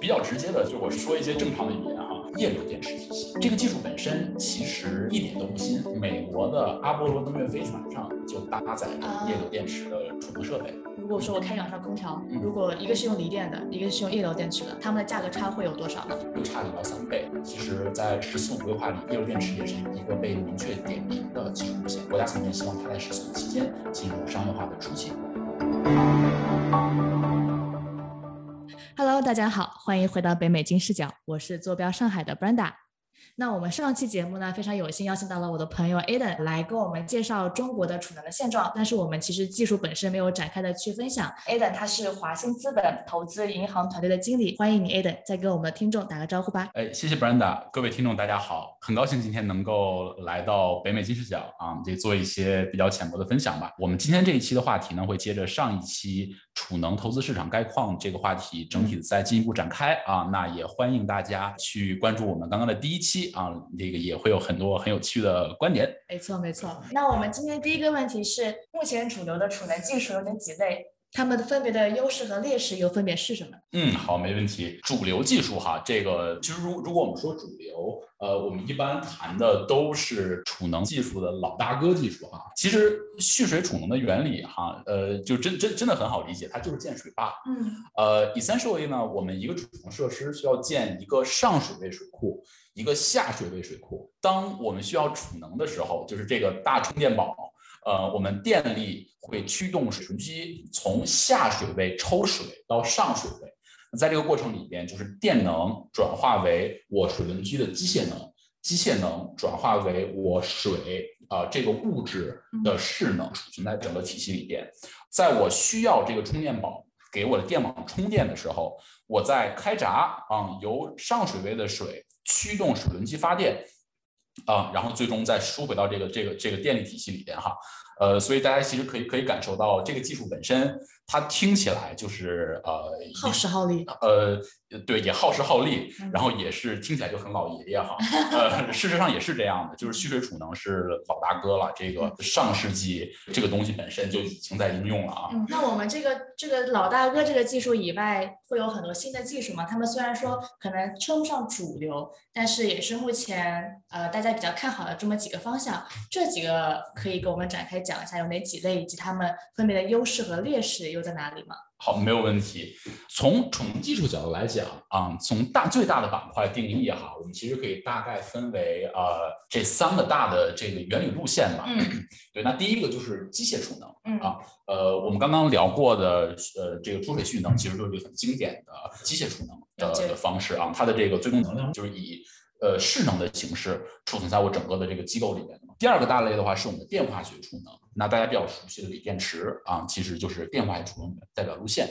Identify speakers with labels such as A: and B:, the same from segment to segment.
A: 比较直接的，就我说一些正常的语言哈。液流电池体系这个技术本身其实一点都不新，美国的阿波罗登月飞船上就搭载着液流电池的储能设备。
B: 如果说我开两条空调
A: 嗯，
B: 如果一个是用锂电的，一个是用液流电池的，它们的价格差会有多少呢？
A: 就差零到三倍。其实，在十四五规划里，液流电池也是一个被明确点名的技术路线。国家层面希望它在十四五期间进入商业化的初期。
B: Hello，大家好，欢迎回到北美金视角，我是坐标上海的 Brenda。那我们上期节目呢，非常有幸邀请到了我的朋友 Aden 来跟我们介绍中国的储能的现状，但是我们其实技术本身没有展开的去分享。Aden 他是华信资本投资银行团队的经理，欢迎你 Aden，再给我们听众打个招呼吧。
A: 哎，谢谢 Brenda，各位听众大家好，很高兴今天能够来到北美金视角啊，这做一些比较浅薄的分享吧。我们今天这一期的话题呢，会接着上一期储能投资市场概况这个话题，整体再进一步展开啊。那也欢迎大家去关注我们刚刚的第一期啊，这个也会有很多很有趣的观点。
B: 没错，没错。那我们今天第一个问题是，目前主流的储能技术有哪几类？它们分别的优势和劣势又分别是什么？
A: 嗯，好，没问题。主流技术哈，这个其实如如果我们说主流，呃，我们一般谈的都是储能技术的老大哥技术哈。其实蓄水储能的原理哈，呃，就真真真的很好理解，它就是建水坝。
B: 嗯
A: 呃，essentially 呢，我们一个储能设施需要建一个上水位水库，一个下水位水库。当我们需要储能的时候，就是这个大充电宝，呃，我们电力会驱动水循机从下水位抽水到上水位。那在这个过程里边，就是电能转化为我水循机的机械能，机械能转化为我水啊、这个物质的势能储存在整个体系里边。在我需要这个充电宝给我的电网充电的时候，我在开闸啊、由上水位的水驱动水轮机发电啊、然后最终再输回到这个这个这个电力体系里边哈。呃，所以大家其实可以可以感受到这个技术本身，它听起来就是呃
B: 耗时耗力。
A: 呃，对，也耗时耗力
B: 嗯，
A: 然后也是听起来就很老爷爷 哈。呃，事实上也是这样的，就是
B: 嗯
A: 蓄水储能是老大哥了，这个上世纪这个东西本身就已经在应用了啊。
B: 嗯，那我们这个这个老大哥这个技术以外，会有很多新的技术嘛？他们虽然说可能称不上主流，但是也是目前呃大家比较看好的这么几个方向。这几个可以给我们展开讲一下有哪几类，以及它们分别的优势和劣势又在哪里吗？
A: 好，没有问题。从储能技术角度来讲啊、从大最大的板块定义哈，我们其实可以大概分为呃这三个大的这个原理路线吧。
B: 嗯
A: 对，那第一个就是机械储能。
B: 嗯
A: 啊呃，我们刚刚聊过的，呃，这个出水蓄能其实就是一个很经典的机械储能
B: 了解
A: 的的方式啊，它的这个最终能量就是以呃势能的形式储存在我整个的这个机构里面的嘛。第二个大类的话是我们的电化学储能，那大家比较熟悉的锂电池啊，其实就是电化学储能的代表路线。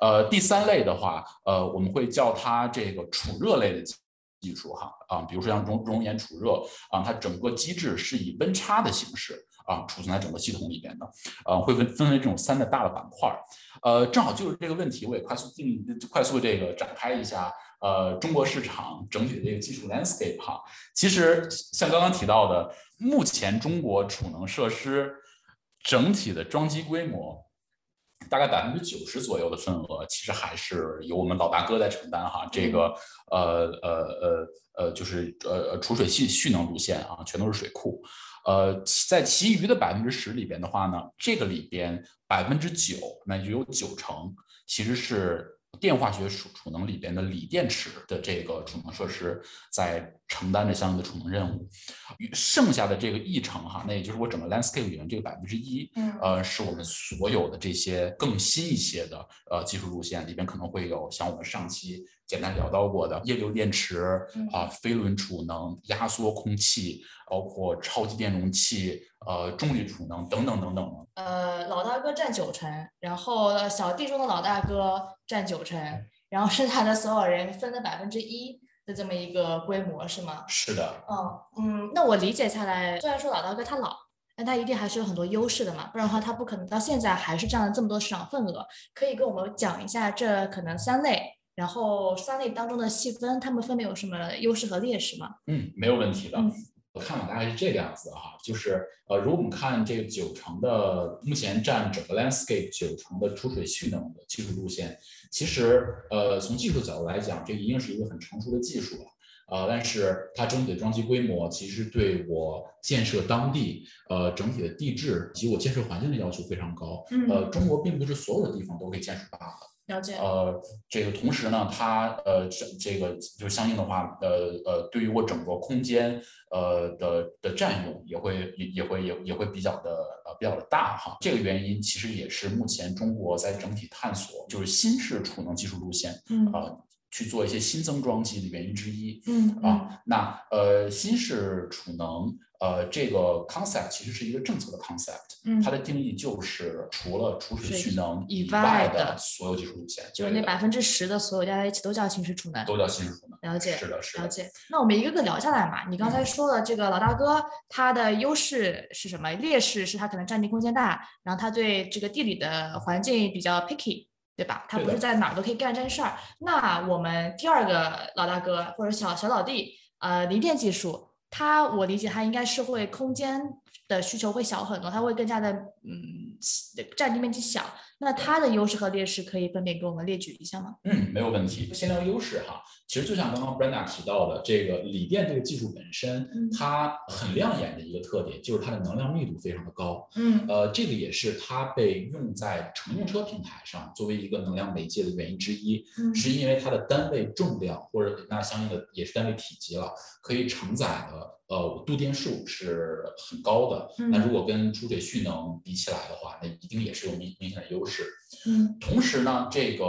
A: 呃，第三类的话，呃，我们会叫它这个储热类的技技术哈啊，比如说像熔熔岩储热啊，它整个机制是以温差的形式啊储存在整个系统里边的，呃，会分分为这种三个大的板块儿。呃，正好就是这个问题，我也快速定义快速这个展开一下。呃，中国市场整体的这个技术 landscape 哈，其实像刚刚提到的，目前中国储能设施整体的装机规模大概百分之九十左右的份额，其实还是由我们老大哥在承担哈。这个呃呃呃呃，就是呃呃储水蓄蓄能路线啊，全都是水库。呃，其在其余的百分之十里边的话呢，这个里边百分之九，那就有九成其实是电化学储储能里边的锂电池的这个储能设施在承担着相应的储能任务，与剩下的这个一成哈，那也就是我整个 landscape 里面这个百分之一，
B: 嗯
A: 呃，是我们所有的这些更新一些的呃技术路线里边可能会有像我们上期简单聊到过的液流电池
B: 嗯
A: 啊、飞轮储能、压缩空气，包括超级电容器、呃重力储能等等等等。
B: 呃，老大哥占九成，然后呃小弟中的老大哥占九成，然后剩下的所有人分了百分之一的这么一个规模是吗？
A: 是的，
B: 嗯嗯，那我理解下来，虽然说老大哥他老，但他一定还是有很多优势的嘛，不然的话他不可能到现在还是占了这么多市场份额。可以跟我们讲一下这可能三类，然后三类当中的细分，他们分别有什么优势和劣势吗？
A: 嗯，没有问题的。
B: 嗯
A: 看法大概是这个样子的哈，就是呃，如果我们看这个九成的目前占整个 landscape 九成的出水蓄能的技术路线，其实呃从技术角度来讲，这一定是一个很成熟的技术了。呃，但是它整体的装机规模其实对我建设当地呃整体的地质以及我建设环境的要求非常高。
B: 嗯
A: 呃，中国并不是所有的地方都可以建设大的。
B: 了解，
A: 呃，这个同时呢，它呃这这个就相应的话，呃呃，对于我整个空间呃的的占用也会也也会也也会比较的呃比较的大哈。这个原因其实也是目前中国在整体探索就是新式储能技术路线
B: 嗯
A: 啊、去做一些新增装机的原因之一。
B: 嗯嗯
A: 啊，那呃，新式储能，呃，这个 concept 其实是一个政策的 concept，
B: 嗯
A: 它的定义就是除了储水
B: 水
A: 蓄能
B: 以
A: 以
B: 外
A: 外
B: 的
A: 的所有技术路线，
B: 就是
A: 对
B: 那
A: 的
B: 百分之十的所有加在一起都叫新式储能。
A: 都叫新式储能。
B: 了解，
A: 是的，是
B: 了
A: 的。
B: 解。那我们一个个聊下来嘛，你刚才说了这个老大哥他的优势是什么？劣势是他可能占地空间大，然后他对这个地理的环境比较 picky。对吧？他
A: 对
B: 不是
A: 的
B: 在哪儿都可以干这事儿。那我们第二个老大哥或者小小老弟，呃，离电技术，他我理解他应该是会空间的需求会小很多，他会更加的嗯占地面积小。那他的优势和劣势可以分别给我们列举一下吗？
A: 嗯，没有问题。先聊优势哈，其实就像刚刚 Brenda 提到的，这个锂电这个技术本身
B: 嗯，
A: 它很亮眼的一个特点就是它的能量密度非常的高。
B: 嗯
A: 呃，这个也是它被用在乘用车平台上作为一个能量媒介的原因之一，
B: 嗯
A: 是因为它的单位重量或者那相应的也是单位体积了，可以承载的呃度电数是很高的。那
B: 嗯
A: 如果跟储水蓄能比起来的话，那一定也是有明明显的优势。
B: 嗯
A: 同时呢，这个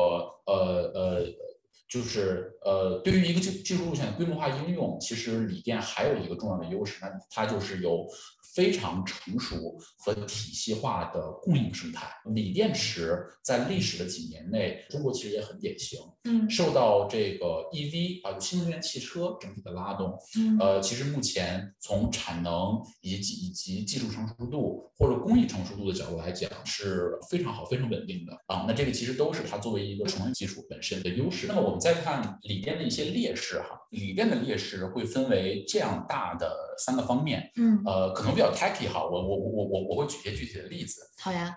A: 呃呃，就是呃，对于一个技技术路线的规模化应用，其实锂电还有一个重要的优势，那它就是有非常成熟和体系化的供应生态。锂电池在历史的几年内，中国其实也很典型，
B: 嗯
A: 受到这个 EV 啊、就新能源汽车整体的拉动，
B: 嗯
A: 呃，其实目前从产能以及以及技术成熟度或者工艺成熟度的角度来讲，是非常好、非常稳定的啊。那这个其实都是它作为一个储能技术本身的优势。那么我们再看锂电的一些劣势哈，锂电的劣势会分为这样大的三个方面，
B: 嗯，
A: 呃，可能比较 techy 哈，我我我我我会举一些具体的例子。
B: 好呀，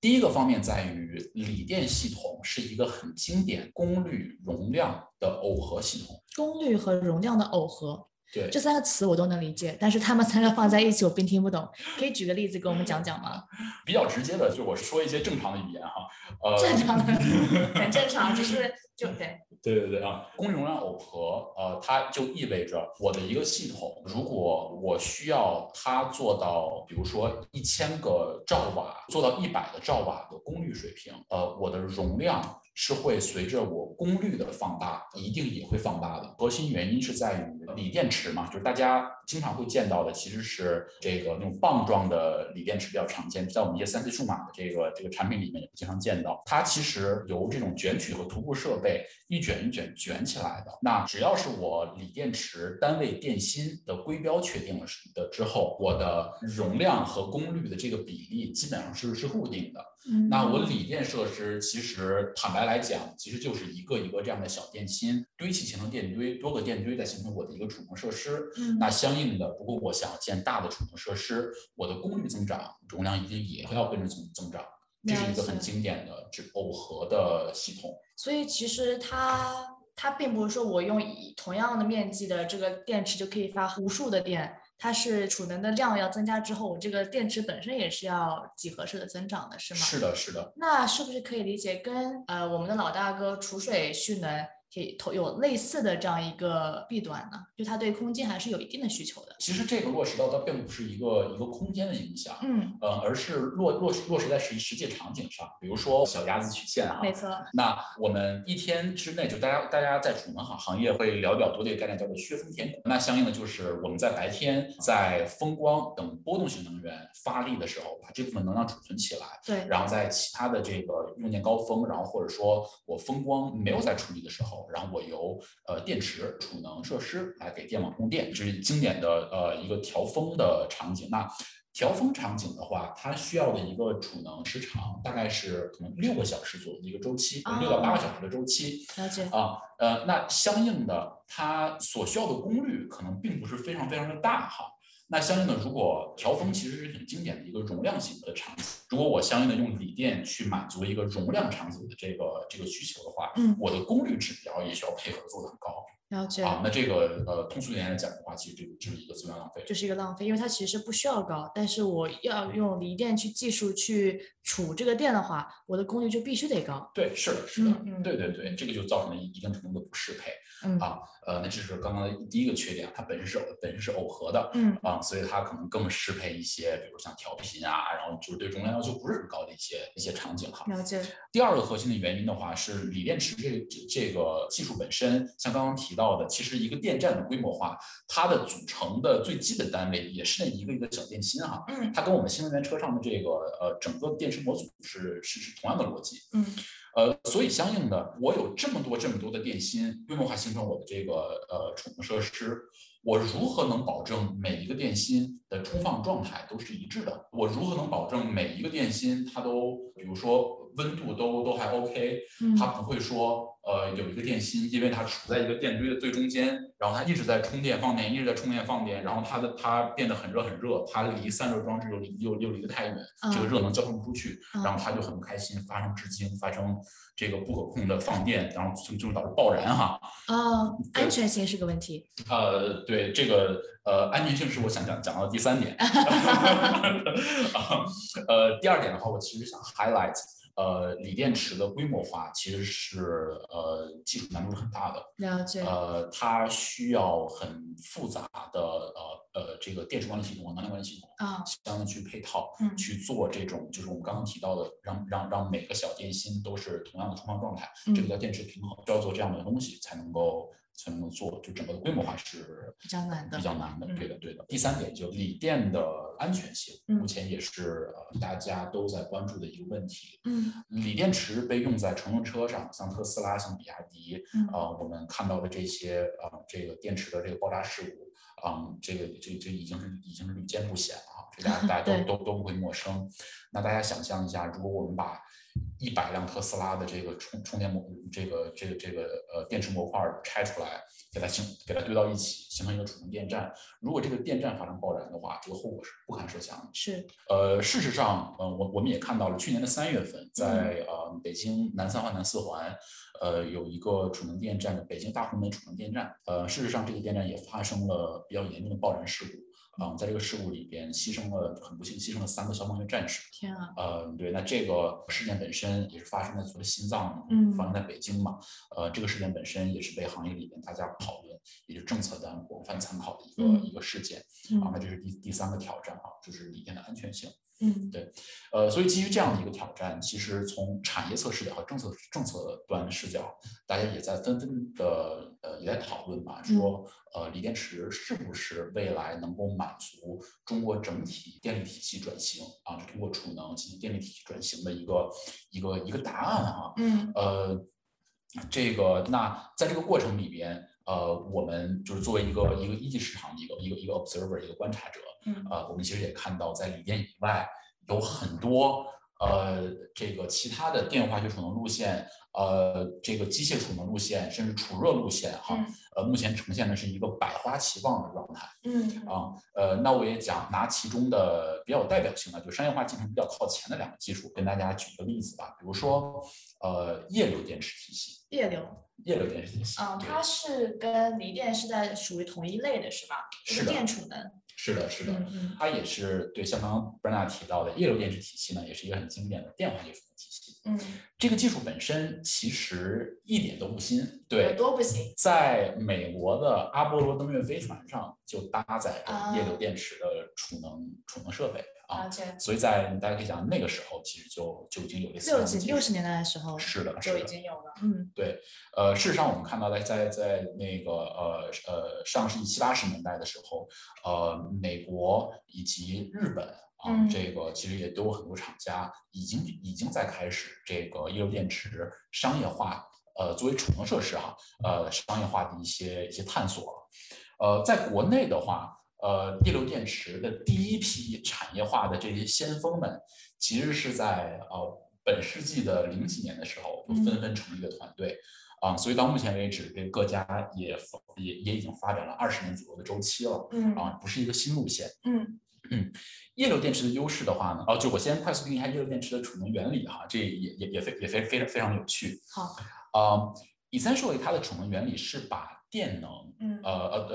A: 第一个方面在于，锂电系统是一个很经典功率容量的耦合系统。
B: 功率和容量的耦合
A: 对，
B: 这三个词我都能理解，但是他们三个放在一起我并听不懂，可以举个例子给我们讲讲吗？
A: 比较直接的，就是我说一些正常的语言哈，呃，
B: 正常的， 很正常，就是就对，
A: 对对对啊，公容量耦合，呃，它就意味着我的一个系统，如果我需要它做到，比如说一千个兆瓦，做到一百个兆瓦的功率水平，呃，我的容量是会随着我功率的放大，一定也会放大的。核心原因是在于锂电池嘛，就是大家经常会见到的，其实是这个那种棒状的锂电池比较常见，在我们一些三 C 数码的这个这个产品里面也经常见到。它其实由这种卷取和徒步设备一卷一卷卷起来的。那只要是我锂电池单位电芯的规标确定了是的之后，我的容量和功率的这个比例基本上是是固定的。
B: 嗯
A: 那我锂电设施其实坦白来讲，其实就是一个一个这样的小电芯堆砌形成电堆，多个电堆再形成我的一个储能设施。
B: 嗯
A: 那相应的，如果我想要建大的储能设施，我的功率增长，容量一定也要跟着增增长。这是一个很
B: 了解
A: 经典的这耦合的系统。
B: 所以其实它它并不是说我用以同样的面积的这个电池就可以发无数的电。它是储能的量要增加之后，我这个电池本身也是要几何式的增长的，是吗？
A: 是的，是的，
B: 那是不是可以理解跟呃我们的老大哥储水蓄能也同有类似的这样一个弊端呢？就它对空间还是有一定的需求的。
A: 其实这个落实到它并不是一个一个空间的影响，
B: 嗯，
A: 呃，而是落落实落实在实实际场景上，比如说小鸭子曲线啊。
B: 没错。
A: 那我们一天之内，就大家大家在储能行行业会聊比较多的一个概念，叫做削峰填谷。那相应的就是我们在白天在风光等波动性能源发力的时候，把这部分能量储存起来，
B: 对，
A: 然后在其他的这个用电高峰，然后或者说我风光没有在处理的时候，然后我由呃电池储能设施来给电网供电，这是经典的呃一个调峰的场景。那调峰场景的话，它需要的一个储能时长大概是可能六个小时左右的一个周期，
B: 啊
A: 六到八个小时的周期。
B: 了解。
A: 啊，呃，那相应的它所需要的功率可能并不是非常非常的大哈，那相应的，如果调峰其实是很经典的一个容量型的场景，如果我相应的用锂电去满足一个容量场景的这个这个需求的话，
C: 嗯
A: 我的功率指标也需要配合做得很高
C: 了解，
A: 啊。那这个呃，通俗一点来讲的话，其实这个就是一个资源浪费。
C: 就是一个浪费，因为它其实不需要高，但是我要用锂电去技术去储这个电的话，我的功率就必须得高。
A: 对，是是的，
C: 嗯嗯
A: 对对对，这个就造成了一定程度的不适配
C: 嗯
A: 啊。呃，那这是刚刚的第一个缺点，它本身是本身是耦合的，
C: 嗯
A: 啊，所以它可能更适配一些，比如像调频啊，然后就是对容量要求不是很高的一些一些场景哈。
C: 了解，
A: 第二个核心的原因的话，是锂电池这这这个技术本身，像刚刚提到的，其实一个电站的规模化，它的组成的最基本单位也是那一个一个小电芯哈。
C: 嗯
A: 它跟我们新能源车上的这个呃整个电池模组是是是同样的逻辑，
C: 嗯
A: 呃，所以相应的，我有这么多这么多的电芯，规模化形成我的这个呃储能设施，我如何能保证每一个电芯的充放状态都是一致的？我如何能保证每一个电芯它都，比如说温度都都还 OK，
C: 嗯
A: 它不会说呃有一个电芯，因为它处在一个电堆的最中间，然后它一直在充电放电，一直在充电放电，然后它的它变得很热很热，它离散热装置又离又又离得太远，
C: 嗯
B: 嗯
A: 这个热能交换不出去，然后他就很不开心，发生致敬，发生这个不可控的放电，然后就就导致爆燃哈。
C: 哦，安全性是个问题。
A: 呃，对这个呃安全性是我想讲讲到的第三点。啊呃，第二点的话，我其实想 highlight。呃，锂电池的规模化其实是呃技术难度是很大的，
C: 了解，
A: 呃，它需要很复杂的呃呃这个电池管理系统和能量管理系统
C: 啊，
A: 相应去配套，
C: 嗯
A: 去做这种就是我们刚刚提到的，让让让每个小电芯都是同样的充放状态，这
C: 嗯，
A: 个叫电池平衡，需要做这样的东西才能够才能够做，就整个的规模化是
C: 比较难的
A: 比。较难的，
C: 嗯
A: 对的对的。第三点就锂电的安全性，
C: 嗯
A: 目前也是呃大家都在关注的一个问题。
C: 嗯
A: 锂电池被用在乘用车上，像特斯拉、像比亚迪，
C: 嗯
A: 啊，我们看到的这些啊、这个电池的这个爆炸事故，啊、这个这这已经是已经是屡见不鲜了啊，这大家大家
C: 对
A: 都都都不会陌生。那大家想象一下，如果我们把一百辆特斯拉的这个充充电模这个这个这个呃电池模块拆出来，给它形给它堆到一起，形成一个储能电站。如果这个电站发生爆燃的话，这个后果是不堪设想的。
C: 是，
A: 呃，事实上，呃，我我们也看到了，去年的三月份，
C: 嗯
A: 在呃北京南三环、南四环，呃，有一个储能电站，北京大红门储能电站。呃，事实上，这个电站也发生了比较严重的爆燃事故。啊、在这个事故里边，牺牲了很不幸，牺牲了三个消防员战士。
C: 天啊，
A: 呃，对，那这个事件本身也是发生在所谓心脏，
C: 嗯
A: 发生在北京嘛。呃，这个事件本身也是被行业里边大家讨论，也是政策端广泛参考的一个、
C: 嗯
A: 一个事件。啊，那
C: 嗯
A: 这是第第三个挑战啊，就是锂电的安全性。
C: 嗯
A: 呃，所以基于这样的一个挑战，其实从产业侧视角和政策政策端视角，大家也在纷纷的呃也在讨论吧，说呃锂电池是不是未来能够满足中国整体电力体系转型啊，就通过储能进行电力体系转型的一个一个一个答案啊。
C: 嗯
A: 呃，这个那在这个过程里边，呃，我们就是作为一个一个一级市场的一个一个一个 observer 一个观察者，
C: 嗯，
A: 呃，我们其实也看到，在锂电以外有很多呃这个其他的电化学储能路线，呃这个机械储能路线，甚至储热路线哈，呃目前呈现的是一个百花齐放的状态。
C: 嗯
A: 啊，呃，那我也讲拿其中的比较有代表性的，就商业化进程比较靠前的两个技术，跟大家举一个例子吧。比如说，呃，液流电池体系，
C: 液流，
A: 液流电池体系，
C: 嗯，
A: 对
C: 它是跟锂电是在属于同一类的，是吧？
A: 是
C: 就
A: 的
C: 电储能。
A: 是的，是的，
C: 嗯
A: 它也是对，像刚刚 Brenda 提到的液流电池体系呢，也是一个很经典的电化技术的体系。
C: 嗯
A: 这个技术本身其实一点都不新，
C: 嗯，有
A: 对。
C: 多不行？
A: 在美国的阿波罗登月飞船上就搭载
C: 啊
A: 着液流电池的储能储能设备啊
C: 了，解，
A: 所以在大家可以想，那个时候其实就就已经有类似
C: 六
A: 的
C: 几
A: 技
C: 六
A: 术
C: 十年代的时候
A: 是的，
C: 就是已
A: 的。
C: 经有了。嗯
A: 呃，事实上，我们看到在在在那个呃呃上世纪七八十年代的时候，呃，美国以及日本啊，
C: 嗯
A: 这个其实也都有很多厂家已经已经在开始这个液流电池商业化，呃，作为储能设施哈、呃，商业化的一些一些探索了。呃，在国内的话，呃，液流电池的第一批产业化的这些先锋们，其实是在呃本世纪的零几年的时候，就
C: 嗯
A: 纷纷成立了团队，啊、所以到目前为止，这各家也发也也已经发展了二十年左右的周期了，
B: 嗯
A: 啊、不是一个新路线。
B: 嗯
A: 液流电池的优势的话呢，哦，就我先快速定义一下液流电池的储能原理哈，这也也也非也非非常非常有趣。
B: 好，
A: 啊、以 essentially 它的储能原理是把电能，
B: 嗯
A: 呃呃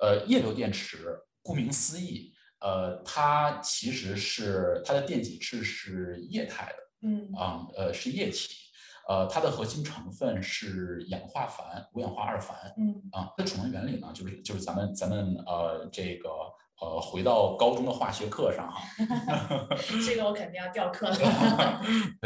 A: 呃呃，液流电池，顾名思义，呃，它其实是它的电解质是液态的。
B: 嗯
A: 啊、呃，是液体，呃，它的核心成分是氧化钒、五氧化二钒
B: 嗯
A: 啊。它的储能原理呢，就是就是咱们咱们呃这个呃回到高中的化学课上哈，
B: 这个我肯定要掉课了。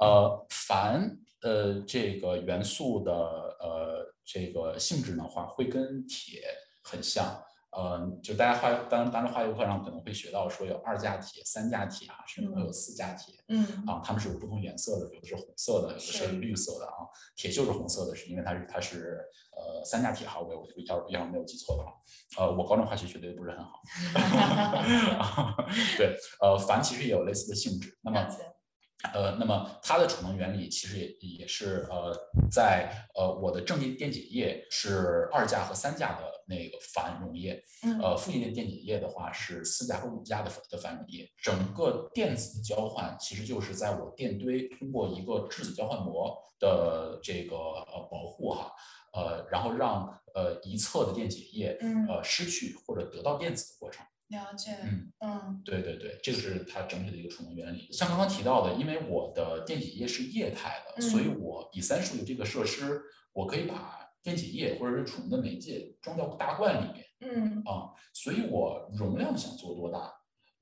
A: 呃，钒呃这个元素的呃这个性质的话，会跟铁很像。呃，就大家化当当时化学课上可能会学到说有二价铁、三价铁啊，甚至会有四价铁。
B: 嗯
A: 啊，它们是有不同颜色的，有的是红色的，有的是
B: 是
A: 绿色的啊。铁锈是红色的，是因为它是它是呃三价铁哈，我我要要是没有记错的话，呃，我高中化学学的不是很好。啊对，呃，钒其实也有类似的性质。那么
B: 了 解
A: 呃，那么它的储能原理其实也也是呃，在呃我的正极电解液是二价和三价的那个钒溶液，
B: 嗯
A: 呃，负极电电解液的话是四价和五价的反的反溶液，整个电子的交换其实就是在我电堆通过一个质子交换膜的这个呃保护哈，呃，然后让呃一侧的电解液
B: 嗯
A: 呃失去或者得到电子的过程。
B: 了解
A: 嗯
B: 嗯
A: 对对对，这个是它整体的一个储能原理。像刚刚提到的，因为我的电解液是液态的，
B: 嗯
A: 所以我以三数的这个设施，我可以把电解液或者是储能的媒介装到大罐里面。
B: 嗯
A: 啊、所以我容量想做多大，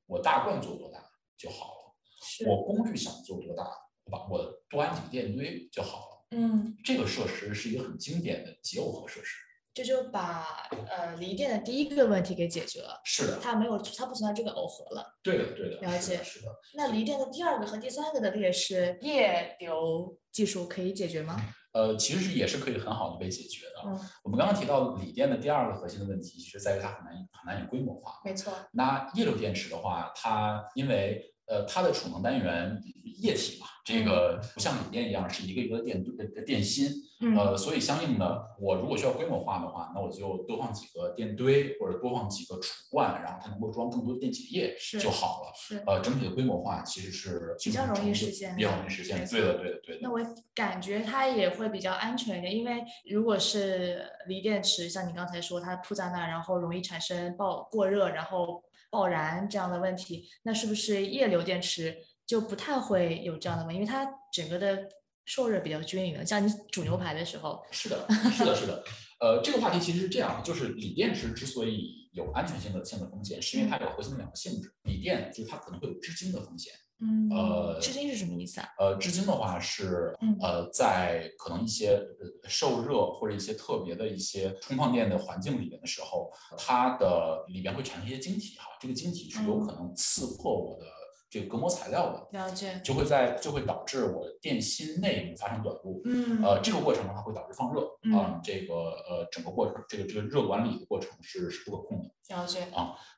A: 我大罐做多大就好了；
B: 是
A: 我功率想做多大，我把我多安几个电堆就好了。
B: 嗯，
A: 这个设施是一个很经典的结耦合设施。
B: 这就把呃锂电的第一个问题给解决了，
A: 是的，
B: 它没有它不存在这个耦合了。
A: 对的，对的，
B: 了
A: 是的
B: 解
A: 是的。
B: 那锂电的第二个和第三个的劣势，液流技术可以解决吗？
A: 呃，其实也是可以很好的被解决的。
B: 嗯，
A: 我们刚刚提到锂电的第二个核心的问题，其实在于它很难很难以规模化。
B: 没错。
A: 那液流电池的话，它因为呃它的储能单元液体嘛，这个不像锂电一样是一个一个电呃电芯，
B: 嗯
A: 呃，所以相应的我如果需要规模化的话，那我就多放几个电堆或者多放几个储罐，然后它能够装更多电解液
B: 是
A: 就好了。
B: 是。
A: 呃，整体的规模化其实是
B: 比较容易实现
A: 比较容易实现。对的，对的，对的
B: 那。我感觉它也会比较安全一点，因为如果是锂电池，像你刚才说它铺在那儿，然后容易产生爆过热，然后爆燃这样的问题，那是不是液流电池就不太会有这样的问题？因为它整个的受热比较均匀的，像你煮牛排的时候，
A: 是的，是的，是的。呃，这个话题其实是这样，就是锂电池之所以有安全性的性的风险，是因为它有核心的两个性质。锂电就是它可能会有致晶的风险。
B: 嗯
A: 呃
C: 至今是什么意思啊？
A: 呃，致晶的话是
B: 嗯
A: 呃，在可能一些呃受热或者一些特别的一些充放电的环境里面的时候，它的里边会产生一些晶体哈，这个晶体是有可能刺破我的这个隔膜材料的，
B: 了解，
A: 就会在就会导致我电芯内发生短路。
B: 嗯
A: 呃，这个过程的话会导致放热
B: 嗯
A: 啊、这个呃整个过程，这个这个热管理的过程是是不可控的。
B: 了解，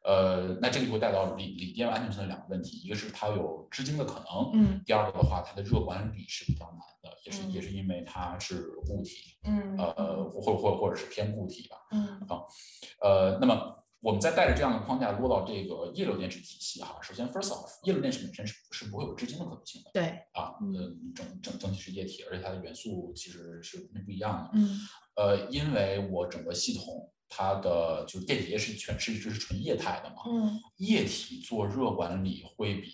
A: 呃，那这个就会带到锂锂电安全性的两个问题，一个是它有致晶的可能，
B: 嗯
A: 第二个的话，它的热管理是比较难的，也是、
B: 嗯
A: 也是因为它是固体，
B: 嗯
A: 呃，或或或者是偏固体吧。
B: 嗯
A: 呃，那么我们再带着这样的框架落到这个液流电池体系哈。首先，first off，液流电池本身是是不会有致晶的可能性的
B: 对，
A: 啊，
C: 嗯
A: 嗯，整整整体是液体，而且它的元素其实是不一样的。
B: 嗯
A: 呃，因为我整个系统它的就是电解液是全是就是纯液态的嘛，
B: 嗯
A: 液体做热管理会比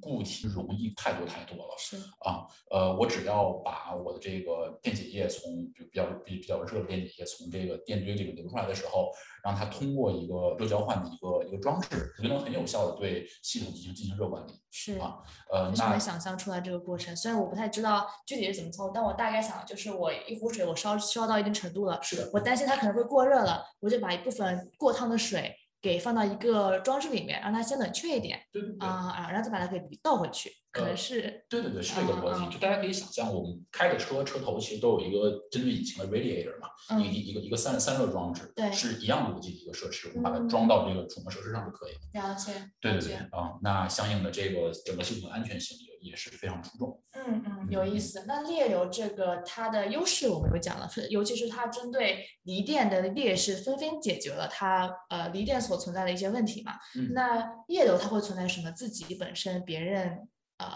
A: 固体容易太多太多了。
B: 是，
A: 啊，呃，我只要把我的这个电解液从就比较比比较热的电解液从这个电堆里面流出来的时候，让它通过一个热交换的一个一个装置，就能很有效的对系统进行进行热管理。
B: 是
A: 啊呃
B: 就，是
A: 那
B: 能想象出来这个过程。虽然我不太知道具体是怎么操作，但我大概想，就是我一壶水我烧烧到一定程度了，
A: 是的，
B: 我担心它可能会过热了，我就把一部分过烫的水给放到一个装置里面，让它先冷却一点
A: 对对对，
B: 啊、啊，然后再把它给倒回去，可能
A: 呃
B: 是
A: 对对对，是这个逻
B: 嗯嗯
A: 辑。就大家可以想象，我们开的车车头其实都有一个针对引擎的 radiator 嘛，一个
B: 嗯
A: 一个一个散散热装置，
B: 对
A: 是一样逻辑的一个设施，我们把它
B: 嗯
A: 装到这个储能设施上就可以了。
B: 了解
A: 对
B: 了
A: 对对
B: 解，
A: 啊，那相应的这个整个系统的安全性也也是非常出众。
B: 嗯嗯，有意思。那裂流这个它的优势我们有讲了，尤其是它针对锂电的劣势，纷纷解决了它呃锂电所存在的一些问题嘛。
A: 嗯
B: 那液流它会存在什么自己本身别人呃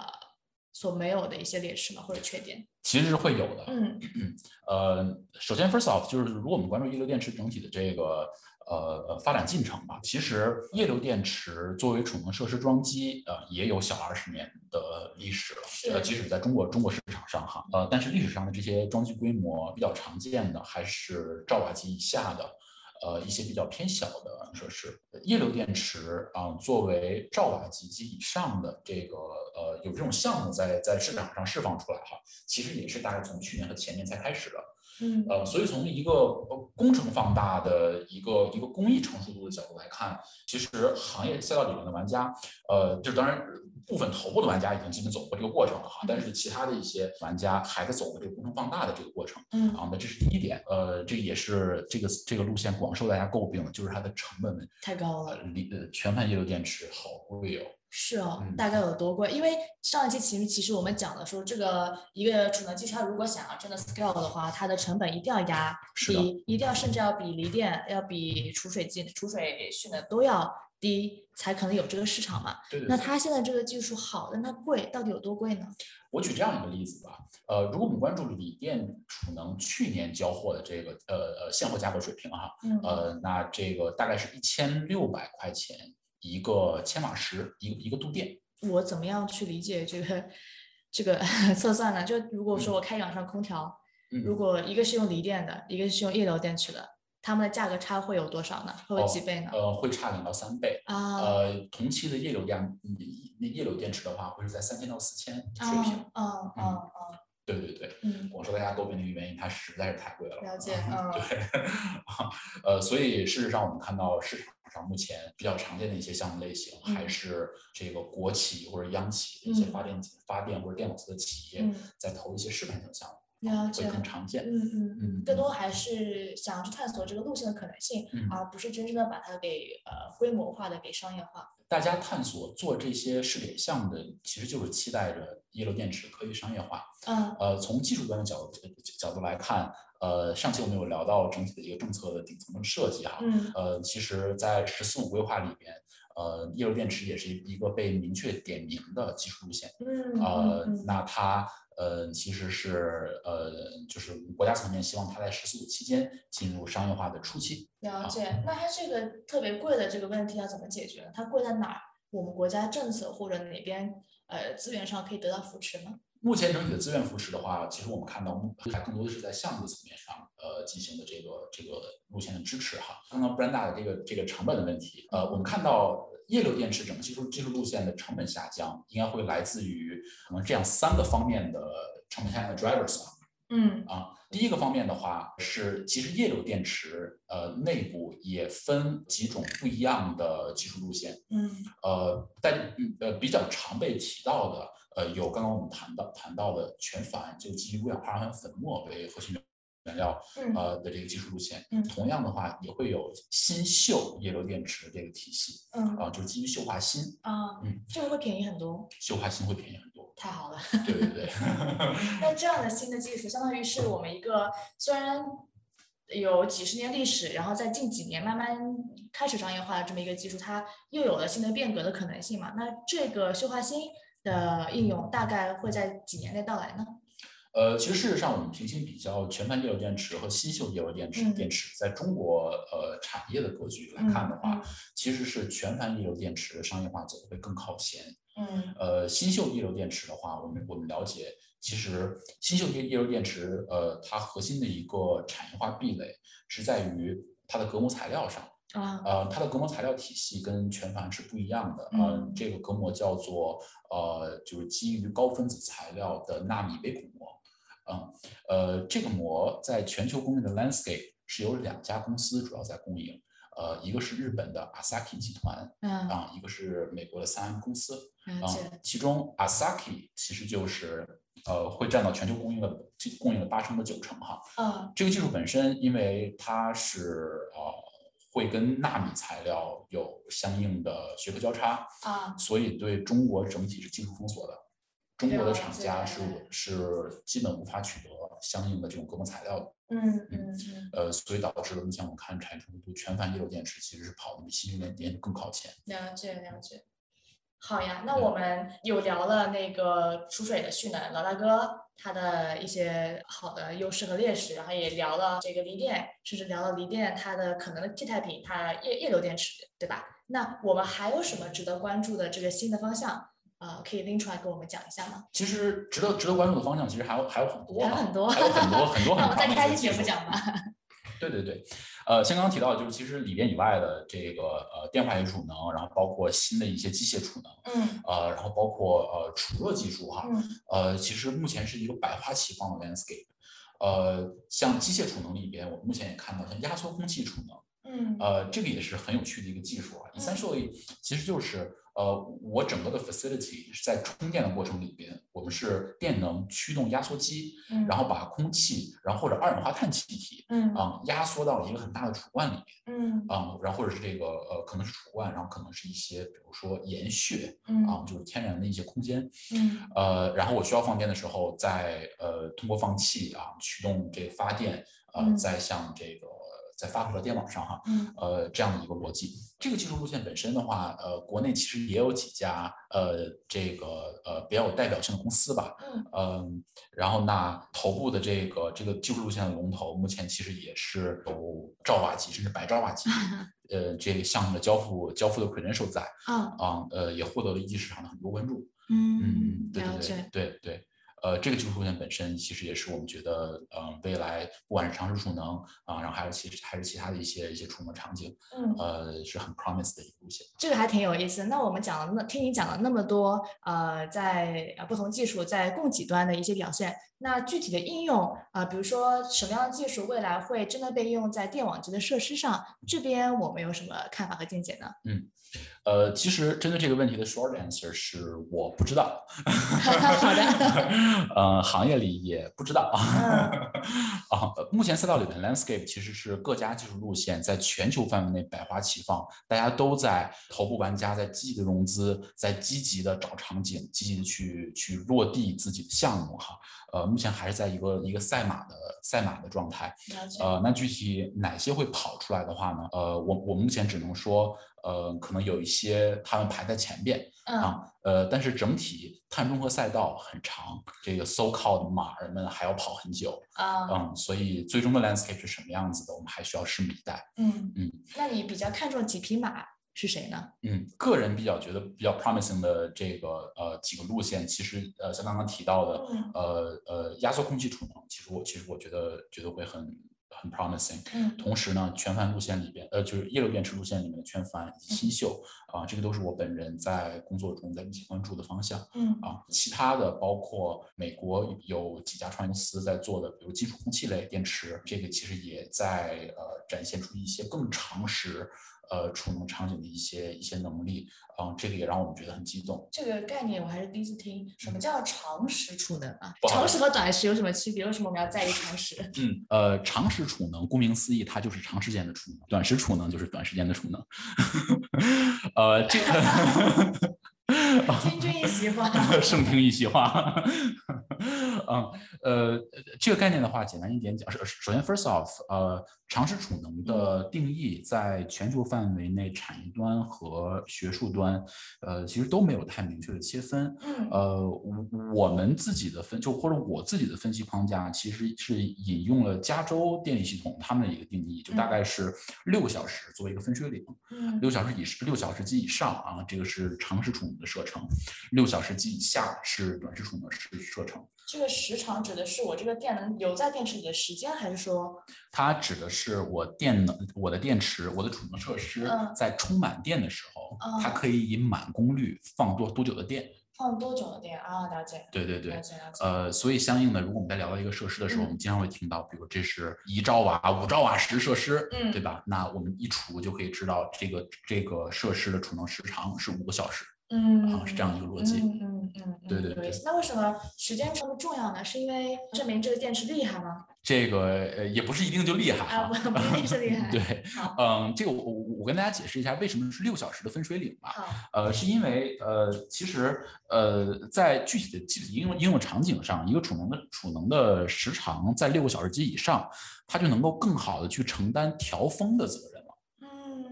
B: 所没有的一些劣势吗？或者缺点？
A: 其实是会有的，
B: 嗯
A: 呃，首先，first off，就是如果我们关注液流电池整体的这个呃呃发展进程吧，其实液流电池作为储能设施装机，呃，也有小二十年的历史
B: 是
A: 了。呃，即使在中国中国市场上哈，呃，但是历史上的这些装机规模比较常见的还是兆瓦级以下的。呃，一些比较偏小的设施，液流电池啊、作为兆瓦级及以上的这个呃，有这种项目在在市场上释放出来哈，其实也是大概从去年和前年才开始的。
B: 嗯
A: 呃，所以从一个呃工程放大的一个一个工艺成熟度的角度来看，其实行业赛道里面的玩家，呃，就当然部分头部的玩家已经基本走过这个过程了哈，但是其他的一些玩家还在走过这个工程放大的这个过程
B: 嗯，
A: 啊，那这是第一点，呃，这也是这个这个路线广受大家诟病的，就是它的成本问题，
B: 太高
A: 呃
B: 了。，
A: 锂呃全盘液流电池好贵哦，
B: 是哦，
A: 嗯
B: 大概有多贵？因为上一期其实其实我们讲了说，这个一个储能技术，它如果想要真的 scale 的话，它的成本一定要压
A: 是的，
B: 比一定要甚至要比锂电、要比储水技、储水蓄能都要低，才可能有这个市场嘛。
A: 对对
B: 那
A: 对
B: 它现在这个技术好，但它贵，到底有多贵呢？
A: 我举这样一个例子吧，呃，如果我们关注锂电储能去年交货的这个呃呃现货价格水平哈，
B: 嗯
A: 呃，那这个大概是一千六百块钱一个千瓦时，一个一个度电。
B: 我怎么样去理解这个这个 测算呢？就如果说我开两扇空调，如
A: 嗯，
B: 果一个是用锂电的，一个是用液流电池的，它们的价格差会有多少呢？会有
A: 哦
B: 几倍呢？
A: 呃，会差两到三倍。
B: 啊
A: 呃，同期的液流量，嗯那液流电池的话，会是在三千到四千水平。
B: 啊啊啊啊！
A: 对对对，
B: 嗯，
A: 我说大家诟病的一个原因，它实在是太贵了。啊
B: 了解。 嗯
A: 对，呃，所以事实上我们看到市场上目前比较常见的一些项目类型，
B: 嗯
A: 还是这个国企或者央企的一些
B: 嗯
A: 发电、发电或者电网司的企业
B: 嗯，
A: 在投一些示范性项目，
B: 了
A: 会
B: 解。
A: 更常见。
B: 嗯嗯。
A: 嗯，
B: 更多还是想要去探索这个路线的可能性，
A: 嗯
B: 而不是真正的把它给呃规模化的给商业化。
A: 大家探索做这些试点项目的，其实就是期待着液流电池可以商业化。
B: 嗯
A: 呃，从技术端的角度呃角度来看，呃，上期我们有聊到整体的一个政策的顶层的设计哈，
B: 嗯
A: 呃，其实，在“十四五”规划里边，呃，液流电池也是一个被明确点名的技术路线。
B: 嗯
A: 呃
B: 嗯，
A: 那它呃其实是呃，就是国家层面希望它在“十四五”期间进入商业化的初期。
B: 了解。那它这个特别贵的这个问题要怎么解决呢？它贵在哪儿？我们国家政策或者哪边呃资源上可以得到扶持呢？
A: 目前整体的资源扶持的话，其实我们看到还更多的是在项目层面上，呃，进行的这个这个路线的支持哈。刚刚 Brenda 的这个这个成本的问题，呃，我们看到液流电池整个技术技术路线的成本下降，应该会来自于可能这样三个方面的成本下降的 drivers 吧。
B: 嗯
A: 啊，第一个方面的话是，其实液流电池呃内部也分几种不一样的技术路线，
B: 嗯
A: 呃，但嗯呃比较常被提到的，呃，有刚刚我们谈到谈到的全钒，就基于五氧化碳粉末为核心原料，
B: 嗯
A: 呃的这个技术路线。
B: 嗯
A: 同样的话，也会有新铀液流电池的这个体系，
B: 嗯
A: 啊、就是基于溴化锌，
B: 啊
A: 嗯，
B: 这个会便宜很多，
A: 溴化锌会便宜很多。
B: 太好了。
A: 对对对，
B: 那这样的新的技术，相当于是我们一个虽然有几十年历史，然后在近几年慢慢开始商业化的这么一个技术，它又有了新的变革的可能性嘛？那这个溴化锌的应用大概会在几年内到来呢？
A: 呃，其实事实上，我们平行比较全钒液流电池和新铀液流电池、
B: 嗯
A: 电池，在中国呃产业的格局来看的
B: 嗯
A: 话，其实是全钒液流电池的商业化走得会更靠前。
B: 嗯
A: 呃，新秀液流电池的话，我们我们了解，其实新秀液液流电池，呃，它核心的一个产业化壁垒是在于它的隔膜材料上。
B: 嗯啊
A: 呃，它的隔膜材料体系跟全钒是不一样的。呃
B: 嗯，
A: 这个隔膜叫做呃，就是基于高分子材料的纳米微孔膜。嗯，呃，这个膜在全球供应的 landscape 是由两家公司主要在供应，呃，一个是日本的 Asahi 集团
B: 嗯，
A: 啊、一个是美国的三安公司。
B: 了
A: 啊
B: 解，，
A: 其中 Asahi 其实就是呃会占到全球供应的供应的八成到九成哈。
B: 嗯
A: 这个技术本身，因为它是呃会跟纳米材料有相应的学科交叉，
B: 啊
A: 所以对中国整体是技术封锁的。中国的厂家是是基本无法取得相应的这种各种材料的。
B: 嗯嗯嗯，
A: 呃，所以导致了你像我看产出度，全反叶流电池其实是跑的比新能源电池更靠前。
B: 了解了解。好呀，
A: 嗯
B: 那我们有聊了那个储水的蓄能，老大哥他的一些好的优势和劣势，然后也聊了这个锂电，甚至聊了锂电它的可能的替代品，它液液流电池，对吧？那我们还有什么值得关注的这个新的方向？啊、呃，可以拎出来给我们讲一下吗？
A: 其实值得值得关注的方向，其实还有还有很多、啊，
B: 还有很多，
A: 还有很多很多很多。
B: 那我们再开一节目讲吧。
A: 对对对，呃，像刚刚提到，就是其实锂电以外的这个呃电化学储能，然后包括新的一些机械储能，
B: 嗯，
A: 呃，然后包括呃储热技术哈，
B: 嗯、
A: 呃，其实目前是一个百花齐放的 landscape。呃，像机械储能里边，我目前也看到像压缩空气储能。
B: 嗯，
A: 呃，这个也是很有趣的一个技术啊。essentially，其实就是呃，我整个的 facility 是在充电的过程里边，我们是电能驱动压缩机，
B: 嗯
A: 呃然后把空气，然后或者二氧化碳气体
B: 嗯
A: 啊、压缩到了一个很大的储罐里面
B: 嗯
A: 啊、然后或者是这个呃，可能是储罐，然后可能是一些比如说岩穴
B: 嗯
A: 啊、就是天然的一些空间，
B: 嗯
A: 呃，然后我需要放电的时候再，呃通过放气啊驱动这个发电，呃，
B: 嗯
A: 再向这个再发回到电网上哈，
B: 嗯
A: 呃这样的一个逻辑。这个技术路线本身的话，呃，国内其实也有几家呃这个呃比较有代表性的公司吧，
B: 嗯
A: 嗯，然后那头部的这个这个技术路线的龙头，目前其实也是有兆瓦级甚至百兆瓦级，呃这个项目的交付交付的 credential 在
B: 啊
A: 啊、呃也获得了一级市场的很多关注。嗯
C: 嗯，，
A: 对
B: 了
A: 对
B: 解
A: 对对对，呃，这个技术路线本身其实也是我们觉得，呃，未来不管是长时储能啊、然后还有其实还是其他的一些一些储能场景，
B: 嗯，
A: 呃，是很 promise 的一个路线。
C: 这个还挺有意思。那我们讲了那听你讲了那么多，呃，在呃不同技术在供给端的一些表现，那具体的应用啊、呃比如说什么样的技术未来会真的被应用在电网级的设施上，这边我们有什么看法和见解呢？
A: 呃，其实针对这个问题的 short answer 是我不知道，
C: 好的，
A: 呃，行业里也不知道
B: 嗯
A: 啊。呃目前赛道里面 landscape 其实是各家技术路线在全球范围内百花齐放，大家都在头部玩家在积极的融资，在积极的找场景，积极的去去落地自己的项目哈。呃，目前还是在一个一个赛马的赛马的状态。
B: 了解，
A: 呃，那具体哪些会跑出来的话呢？呃，我我目前只能说，呃，可能有一些他们排在前边，
B: 嗯
A: 啊，呃，但是整体碳中和赛道很长，这个 so called 马儿们还要跑很久，
C: 呃
B: 啊
A: 嗯，所以最终的 landscape 是什么样子的，我们还需要拭目以待。
B: 嗯
A: 嗯，
B: 那你比较看重几匹马是谁呢？
A: 嗯，个人比较觉得比较 promising 的这个呃几个路线，其实呃像刚刚提到的，
B: 嗯
A: 呃呃压缩空气储能，其实我其实我觉得觉得会很很 promising。
B: 嗯
A: 同时呢，全帆路线里边，呃，就是液流电池路线里面的全帆以及新秀啊、这个都是我本人在工作中在密切关注的方向。
B: 嗯
A: 啊，其他的包括美国有几家创业公司在做的，比如金属空气类电池，这个其实也在呃展现出一些更常识，呃储能场景的一些一些能力，啊、这个也让我们觉得很激动。
B: 这个概念我还是第一次听，什么叫常识储能啊？
A: 嗯不好
B: 常识和短时有什么区别？为什么我们要在意常识？
A: 嗯，呃，长时储能，顾名思义，它就是长时间的储能；短时储能就是短时间的储能。 呃，这个
B: 听君一席话。
A: 盛听一席话。嗯，呃，这个概念的话，简单一点讲，首首先，first off，呃，常识储能的定义在全球范围内产业端和学术端，呃，其实都没有太明确的切分。
B: 嗯
A: 呃，我我们自己的分就或者我自己的分析框架，其实是引用了加州电力系统他们的一个定义，就大概是六小时作为一个分水岭。
B: 嗯
A: 六小时以六小时及以上啊，这个是长时储能的射程；六小时及以下是短时储能是射程。
B: 这个时长指的是我这个电能留在电池里的时间，还是说，
A: 它指的是我电能、我的电池、我的储能设施
B: 嗯
A: 在充满电的时候，
B: 嗯
A: 它可以以满功率放多多久的电？
B: 放多久的电啊？了解，
A: 对对对
B: 了，解了解。
A: 呃，所以相应的，如果我们在聊到一个设施的时候，
B: 嗯
A: 我们经常会听到，比如这是一兆瓦、五兆瓦时设施，
B: 嗯
A: 对吧？那我们一除就可以知道这个这个设施的储能时长是五个小时。
B: 嗯，
A: 啊，是这样一个逻辑。
B: 嗯嗯嗯，嗯
A: 对对
B: 有
A: 对
B: 意思那为什么时间这么重要呢？是因为证明这个电池厉 害吗？
A: 这个呃也不是一定就厉害
B: 啊，
A: 哈
B: 不，不一定是厉 害。
A: 对，
B: 好，
A: 嗯，这个我我我跟大家解释一下为什么是六小时的分水岭吧。
B: 好，
A: 呃，是因为呃，其实呃，在具体的具体应用应用场景上，一个储能的储能的时长在六个小时及以上，它就能够更好的去承担调峰的责任了。
B: 嗯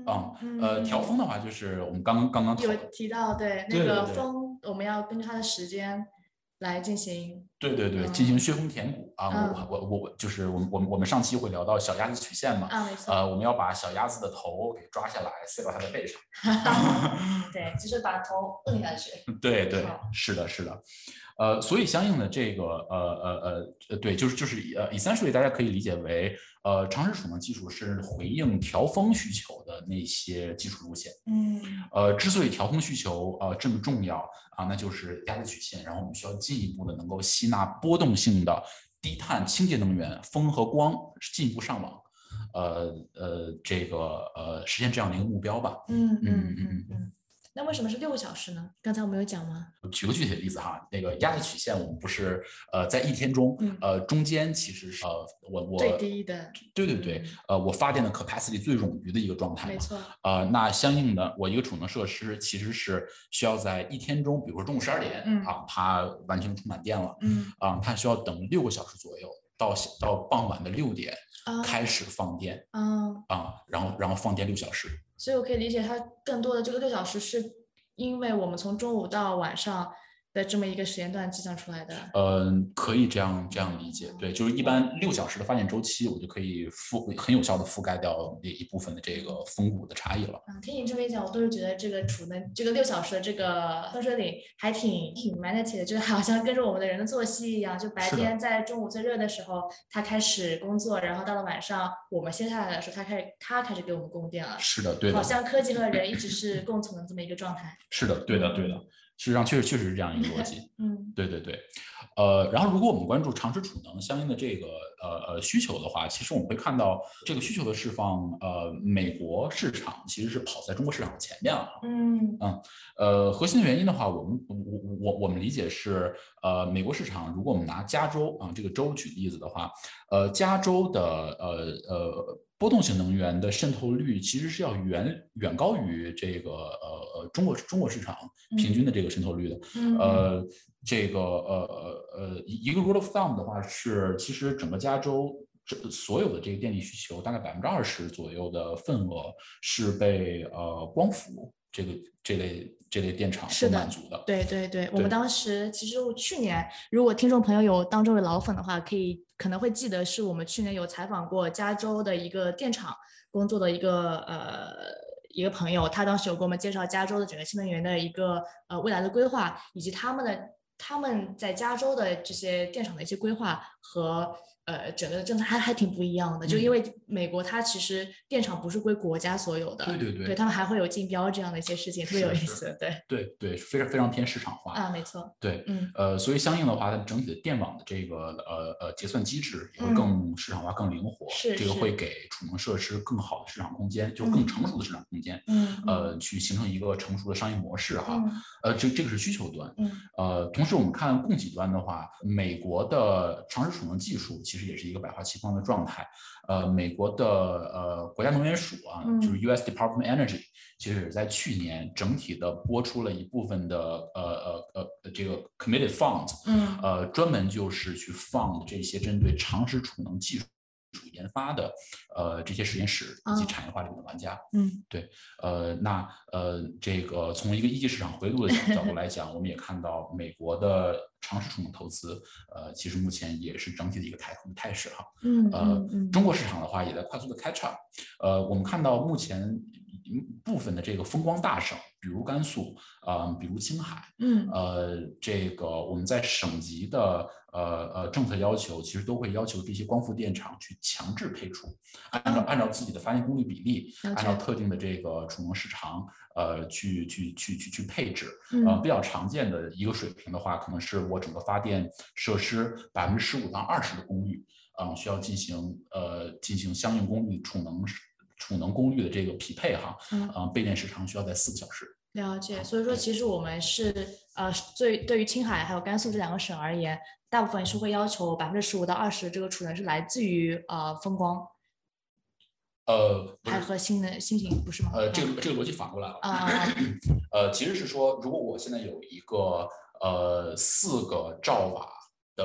A: 啊
B: 嗯
A: 呃，调峰的话，就是我们刚刚刚刚讨
B: 有
A: 论，
B: 提到对那
A: 对对
B: 个
A: 对
B: 风，我们要根据它的时间来进行。
A: 对对对，
B: 嗯
A: 进行削峰填谷啊。
B: 嗯
A: 我我我我就是我们我们我们上期会聊到小鸭子曲线嘛，
B: 啊，没错，
A: 呃，我们要把小鸭子的头给抓下来，塞到它的背上。
B: 对，就是把头摁下去。
A: 对对
B: 好，
A: 是的，是的，呃，所以相应的这个呃呃呃呃，对，就是就是呃，essentially 大家可以理解为，呃，长时储能技术是回应调峰需求的那些技术路线。
B: 嗯
A: 呃，之所以调峰需求呃这么重要啊，那就是压力曲线，然后我们需要进一步的能够吸纳波动性的低碳清洁能源，风和光进一步上网，呃呃，这个呃实现这样的一个目标吧。
B: 嗯
A: 嗯嗯
B: 嗯嗯。那为什么是六个小时呢？刚才我们有讲吗？
A: 举个具体的例子哈，那个压力曲线，我们不是呃在一天中
B: 嗯，
A: 呃中间其实是呃我我
B: 最低的，嗯
A: 对对对，呃我发电的 capacity 最冗余的一个状态
B: 没
A: 嘛。
B: 错。
A: 呃，那相应的，我一个储能设施其实是需要在一天中，比如说中午十二点、
B: 嗯
A: 啊，它完全充满电了
B: 嗯
A: 啊、它需要等六个小时左右，到到傍晚的六点
B: 啊
A: 开始放电
B: 嗯，
A: 啊、然后然后放电六小时。
B: 所以我可以理解它更多的这个六小时，是因为我们从中午到晚上的这么一个时间段计算出来的。
A: 呃，可以这样这样理解，对，就是一般六小时的发电周期，我就可以覆很有效的覆盖掉一一部分的这个峰谷的差异了。
B: 嗯，听你这么一讲，我都是觉得这个储能这个六小时的这个分水岭还挺挺 humanity 的，就是好像跟着我们的人的作息一样，就白
A: 是的
B: 天在中午最热的时候，它开始工作，然后到了晚上我们歇下来的时候，它开始它开始给我们供电了，
A: 是的，对
B: 好
A: 的，
B: 像科技和人一直是共存的这么一个状态。
A: 是的，对的，对的，事实上确实确实是这样一个逻 辑。
B: 嗯
A: 对对对，呃，然后如果我们关注长时储能相应的这个呃呃需求的话，其实我们会看到这个需求的释放，呃，美国市场其实是跑在中国市场的前面了。
B: 嗯
A: 呃，核心的原因的话，我们我我我我们理解是，呃，美国市场，如果我们拿加州啊、这个州举例子的话，呃，加州的呃呃波动性能源的渗透率其实是要远远高于这个呃呃中国中国市场平均的这个渗透率的，
B: 嗯
A: 呃，这个呃呃呃一个 rule of thumb 的话是，其实整个加州这所有的这个电力需求，大概百分之二十左右的份额是被呃光伏这个这类这类电厂
B: 是
A: 所
B: 的
A: 满足的。
B: 对对对，我
A: 对
B: 们当时其实我去年，如果听众朋友有当中有老粉的话，可以可能会记得是我们去年有采访过加州的一个电厂工作的一个呃一个朋友，他当时有给我们介绍加州的整个新能源的一个呃未来的规划，以及他们的他们在加州的这些电厂的一些规划和。呃，整个的政策还还挺不一样的，就
A: 嗯
B: 因为美国它其实电厂不是归国家所有的，
A: 对对对
B: 对他们还会有竞标这样的一些事情，特别
A: 是
B: 有意
A: 是
B: 思，对
A: 对对，非常非常偏市场化。
B: 啊，没错，
A: 对，
B: 嗯。
A: 呃，所以相应的话，它整体的电网的这个呃呃结算机制也会
B: 嗯
A: 更市场化、更灵活，
B: 是
A: 这个
B: 是
A: 会给储能设施更好的市场空间，就是更
B: 嗯
A: 成熟的市场空间，
B: 嗯，
A: 呃，去形成一个成熟的商业模式哈。呃，这这个是需求端。
B: 嗯
A: 呃，同时我们看供给端的话，美国的长时储能技术其实也是一个百花齐放的状态。呃，美国的呃国家能源署啊，
B: 嗯
A: 就是 U.S. Department of Energy，其实也在去年整体的拨出了一部分的呃呃呃呃这个 committed funds，
B: 嗯
A: 呃，专门就是去放这些针对长时储能技术。研发的，呃，这些实验室以及
B: 啊
A: 产业化里面的玩家，
B: 嗯
A: 呃，那呃，这个从一个一级市场回路的角角度来讲，我们也看到美国的长时储能投资，呃，其实目前也是整体的一个抬头的态势哈。
B: 嗯
A: 呃
B: 嗯嗯，
A: 中国市场的话，也在快速的 catch up。呃，我们看到目前部分的这个风光大省，比如甘肃，呃，比如青海，
B: 嗯
A: 呃，这个我们在省级的呃呃政策要求，其实都会要求这些光伏电厂去强制配储，按照按照自己的发电功率比例，
B: 嗯了
A: 按
B: 解
A: 照特定的这个储能时长，呃，去去去去去配置。呃，
B: 嗯
A: 比较常见的一个水平的话，可能是我整个发电设施百分之十五到二十的功率，嗯、需要进行呃进行相应功率储能储能功率的这个匹配哈，
B: 嗯
A: 呃，备电时长需要在四个小时。
B: 了解，所以说其实我们是呃，对对于青海还有甘肃这两个省而言，大部分是会要求百分之十五到二十这个储能是来自于呃风光，
A: 呃，不
B: 还
A: 是
B: 和新能新型不是吗？
A: 呃，这个这个逻辑反过来了。
B: 啊啊啊
A: 呃，其实是说，如果我现在有一个呃四个兆瓦的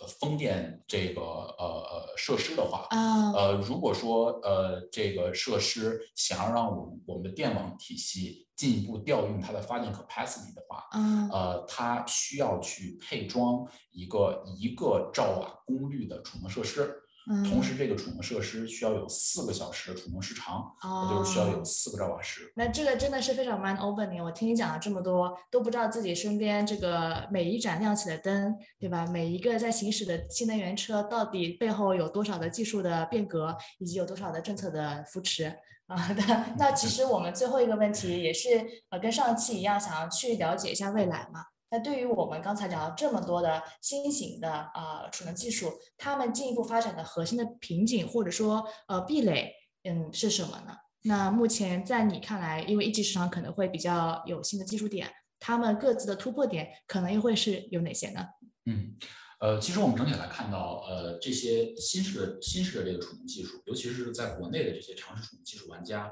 A: 呃风电这个呃呃设施的话，
B: 啊啊
A: 呃，如果说呃这个设施想要让我们我们的电网体系进一步调用它的发电 capacity 的话，
B: 啊
A: 呃，它需要去配装一个一个兆瓦功率的储能设施，
B: 嗯
A: 同时这个储能设施需要有四个小时的储能时长，也
B: 啊，
A: 就是需要有四个兆瓦时。
B: 那这个真的是非常 mind opening。我听你讲了这么多，都不知道自己身边这个每一盏亮起的灯，对吧？每一个在行驶的新能源车到底背后有多少的技术的变革，以及有多少的政策的扶持啊？ 那那其实我们最后一个问题也是呃跟上期一样，想要去了解一下未来嘛。那对于我们刚才聊了这么多的新型的呃储能技术，它们进一步发展的核心的瓶颈或者说呃壁垒，嗯是什么呢？那目前在你看来，因为一级市场可能会比较有新的技术点，他们各自的突破点可能又会是有哪些呢？
A: 嗯，呃，其实我们整体来看到，呃，这些新式的新式的这个储能技术，尤其是在国内的这些尝试储能技术玩家，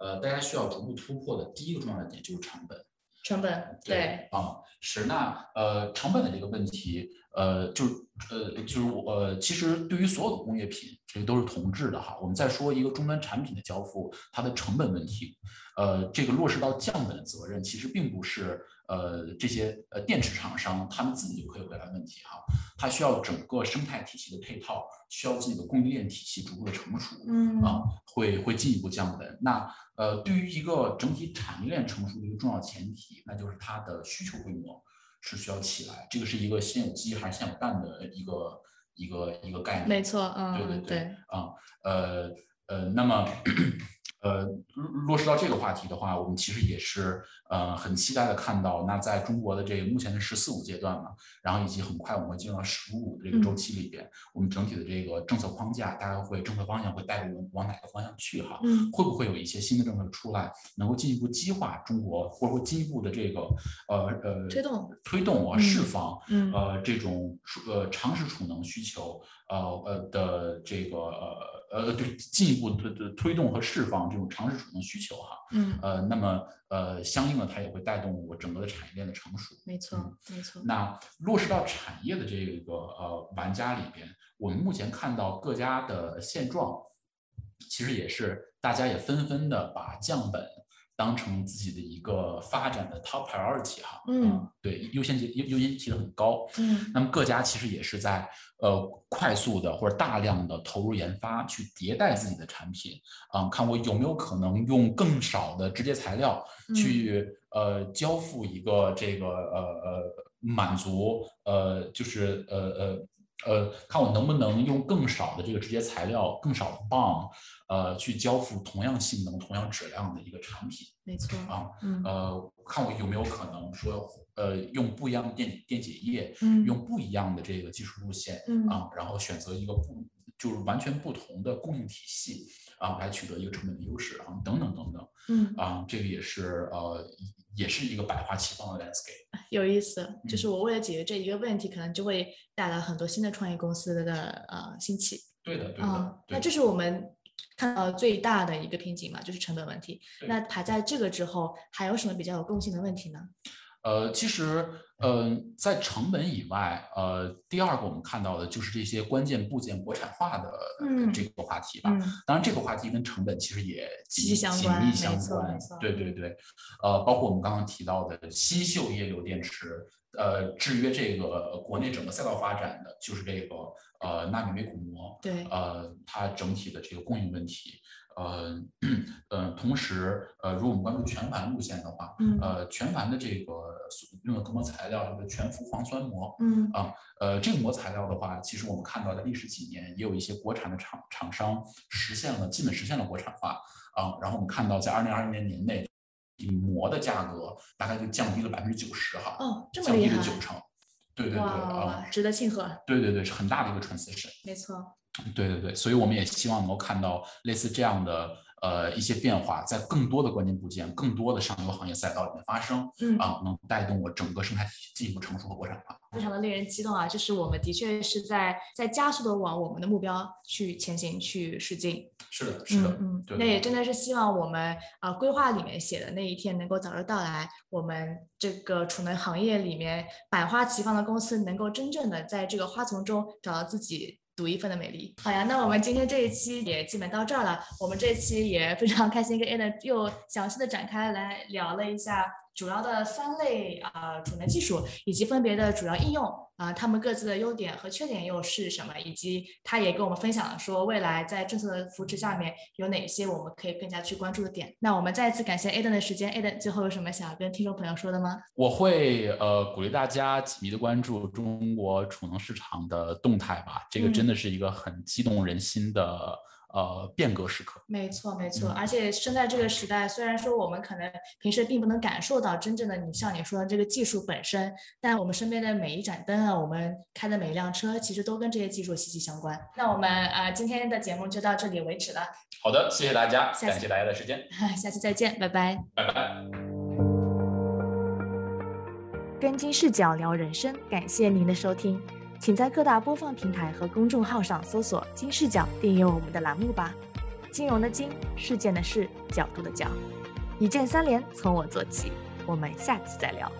A: 呃，大家需要逐步突破的第一个重要的点就是成本。
B: 成本对，
A: 啊，是那呃成本的这个问题，呃，就是呃就是我呃，其实对于所有的工业品，这个都是同质的哈。我们再说一个终端产品的交付，它的成本问题，呃，这个落实到降本的责任，其实并不是呃这些呃电池厂商他们自己就可以回答的问题哈，它需要整个生态体系的配套，需要自己的供应链体系逐步的成熟，
B: 嗯
A: 啊，会会进一步降温。那呃，对于一个整体产业链成熟的一个重要前提，那就是它的需求规模是需要起来，这个是一个先有鸡还是先有蛋的一个一个一个概念。
B: 没错，嗯，
A: 对对对
B: 对
A: 啊，呃呃，那么呃落落实到这个话题的话，我们其实也是呃很期待的看到，那在中国的这个目前的“十四五”阶段嘛，然后以及很快我们会进入到“十五五”的这
B: 嗯
A: 个周期里边，我们整体的这个政策框架，大家会政策方向会带着我们往哪个方向去哈？
B: 嗯
A: 会不会有一些新的政策出来，能够进一步激化中国，或者说进一步的这个呃呃
B: 推动
A: 推动啊
B: 嗯
A: 释放
B: 嗯
A: 呃这种储呃常识储能需求呃呃的这个呃呃对进一步的的推动和释放这种常识储能需求哈
B: 嗯，
A: 呃那么呃相应的它也会带动我整个的产业链的成熟。
B: 没错没错，
A: 那落实到产业的这个呃玩家里边，我们目前看到各家的现状，其实也是大家也纷纷的把降本当成自己的一个发展的 top priority 哈，
B: 嗯
A: 啊，对，优先级优优先级很高。
B: 嗯
A: 那么各家其实也是在呃快速的或者大量的投入研发，去迭代自己的产品，啊、看我有没有可能用更少的直接材料
B: 嗯
A: 去、呃交付一个这个呃呃满足呃就是呃呃。呃，看我能不能用更少的这个直接材料、更少的磅，呃，去交付同样性能、同样质量的一个产品
B: 没错，
A: 啊。
B: 嗯
A: 呃，看我有没有可能说，呃，用不一样的电电解液，
B: 嗯
A: 用不一样的这个技术路线
B: 嗯
A: 啊，然后选择一个不就是完全不同的供应体系啊，来取得一个成本的优势啊，等等等等
B: 嗯
A: 啊，这个也是呃也是一个百花齐放的 landscape。
B: 有意思，就是我为了解决这一个问题，可能就会带来很多新的创业公司的呃兴起，
A: 对的，对
B: 啊
A: 的，，
B: 那
A: 对
B: 这是我们看到最大的一个瓶颈嘛，就是成本问题。
A: 对
B: 那排在这个之后，还有什么比较有共性的问题呢？
A: 呃，其实，呃，在成本以外，呃，第二个我们看到的就是这些关键部件国产化的
B: 嗯
A: 这个话题吧。
B: 嗯
A: 当然，这个话题跟成本其实也
B: 息息
A: 紧
B: 相
A: 紧
B: 关
A: 密
B: 没
A: 相
B: 错
A: 关
B: 没错。
A: 对对对，呃，包括我们刚刚提到的新秀叶流电池，呃，制约这个国内整个赛道发展的就是这个呃纳米微孔膜，
B: 对，
A: 呃，它整体的这个供应问题，呃，呃，同时，呃，如果我们关注全盘路线的话，
B: 嗯
A: 呃，全盘的这个所用的隔膜材料就是全氟磺酸膜，
B: 嗯
A: 呃，这个膜材料的话，其实我们看到在历史几年，也有一些国产的厂厂商实现了，基本实现了国产化啊。然后我们看到，在二零二零年年内，膜的价格大概就降低了百分之九十哈，
B: 哦，这么
A: 降
B: 厉
A: 低
B: 害
A: 了，九成。对对对
B: 哇哦
A: 啊，，
B: 值得庆贺，
A: 对对对，是很大的一个 transition。
B: 没错，
A: 对对对，所以我们也希望能够看到类似这样的呃一些变化，在更多的关键部件、更多的上游行业赛道里面发生，
D: 嗯
A: 啊，能带动我整个生态体系进一步成熟和国产化。
B: 非常的令人激动啊！就是我们的确是在在加速的往我们的目标去前行去试进。
A: 是的，是的，
B: 嗯
A: 对
B: 嗯，那
A: 对
B: 也真的是希望我们啊、呃规划里面写的那一天能够早日到来，我们这个储能行业里面百花齐放的公司能够真正的在这个花丛中找到自己。独一份的美丽。好呀，那我们今天这一期也基本到这儿了。我们这期也非常开心，跟 a n a 又详细的展开来聊了一下主要的三类啊、呃储能技术，以及分别的主要应用啊，他、们各自的优点和缺点又是什么，以及他也跟我们分享了说未来在政策的扶持下面有哪些我们可以更加去关注的点。那我们再一次感谢 Aden 的时间，Aden 最后有什么想要跟听众朋友说的吗？
A: 我会呃鼓励大家紧密的关注中国储能市场的动态吧，这个
B: 嗯
A: 真的是一个很激动人心的呃变革时刻。
B: 没错，没错，
A: 嗯
B: 而且生在这个时代，虽然说我们可能平时并不能感受到真正的你像你说的这个技术本身，但我们身边的每一盏灯啊，我们开的每一辆车，其实都跟这些技术息息相关。那我们呃今天的节目就到这里为止了，
A: 好的，谢谢大家，
B: 下次
A: 感谢大家的时间，
B: 下期再见，拜拜。
A: 拜拜。
B: 跟金视角聊人生，感谢您的收听，请在各大播放平台和公众号上搜索“金视角”，订阅我们的栏目吧。金融的金，事件的事，角度的角，一键三连，从我做起。我们下次再聊。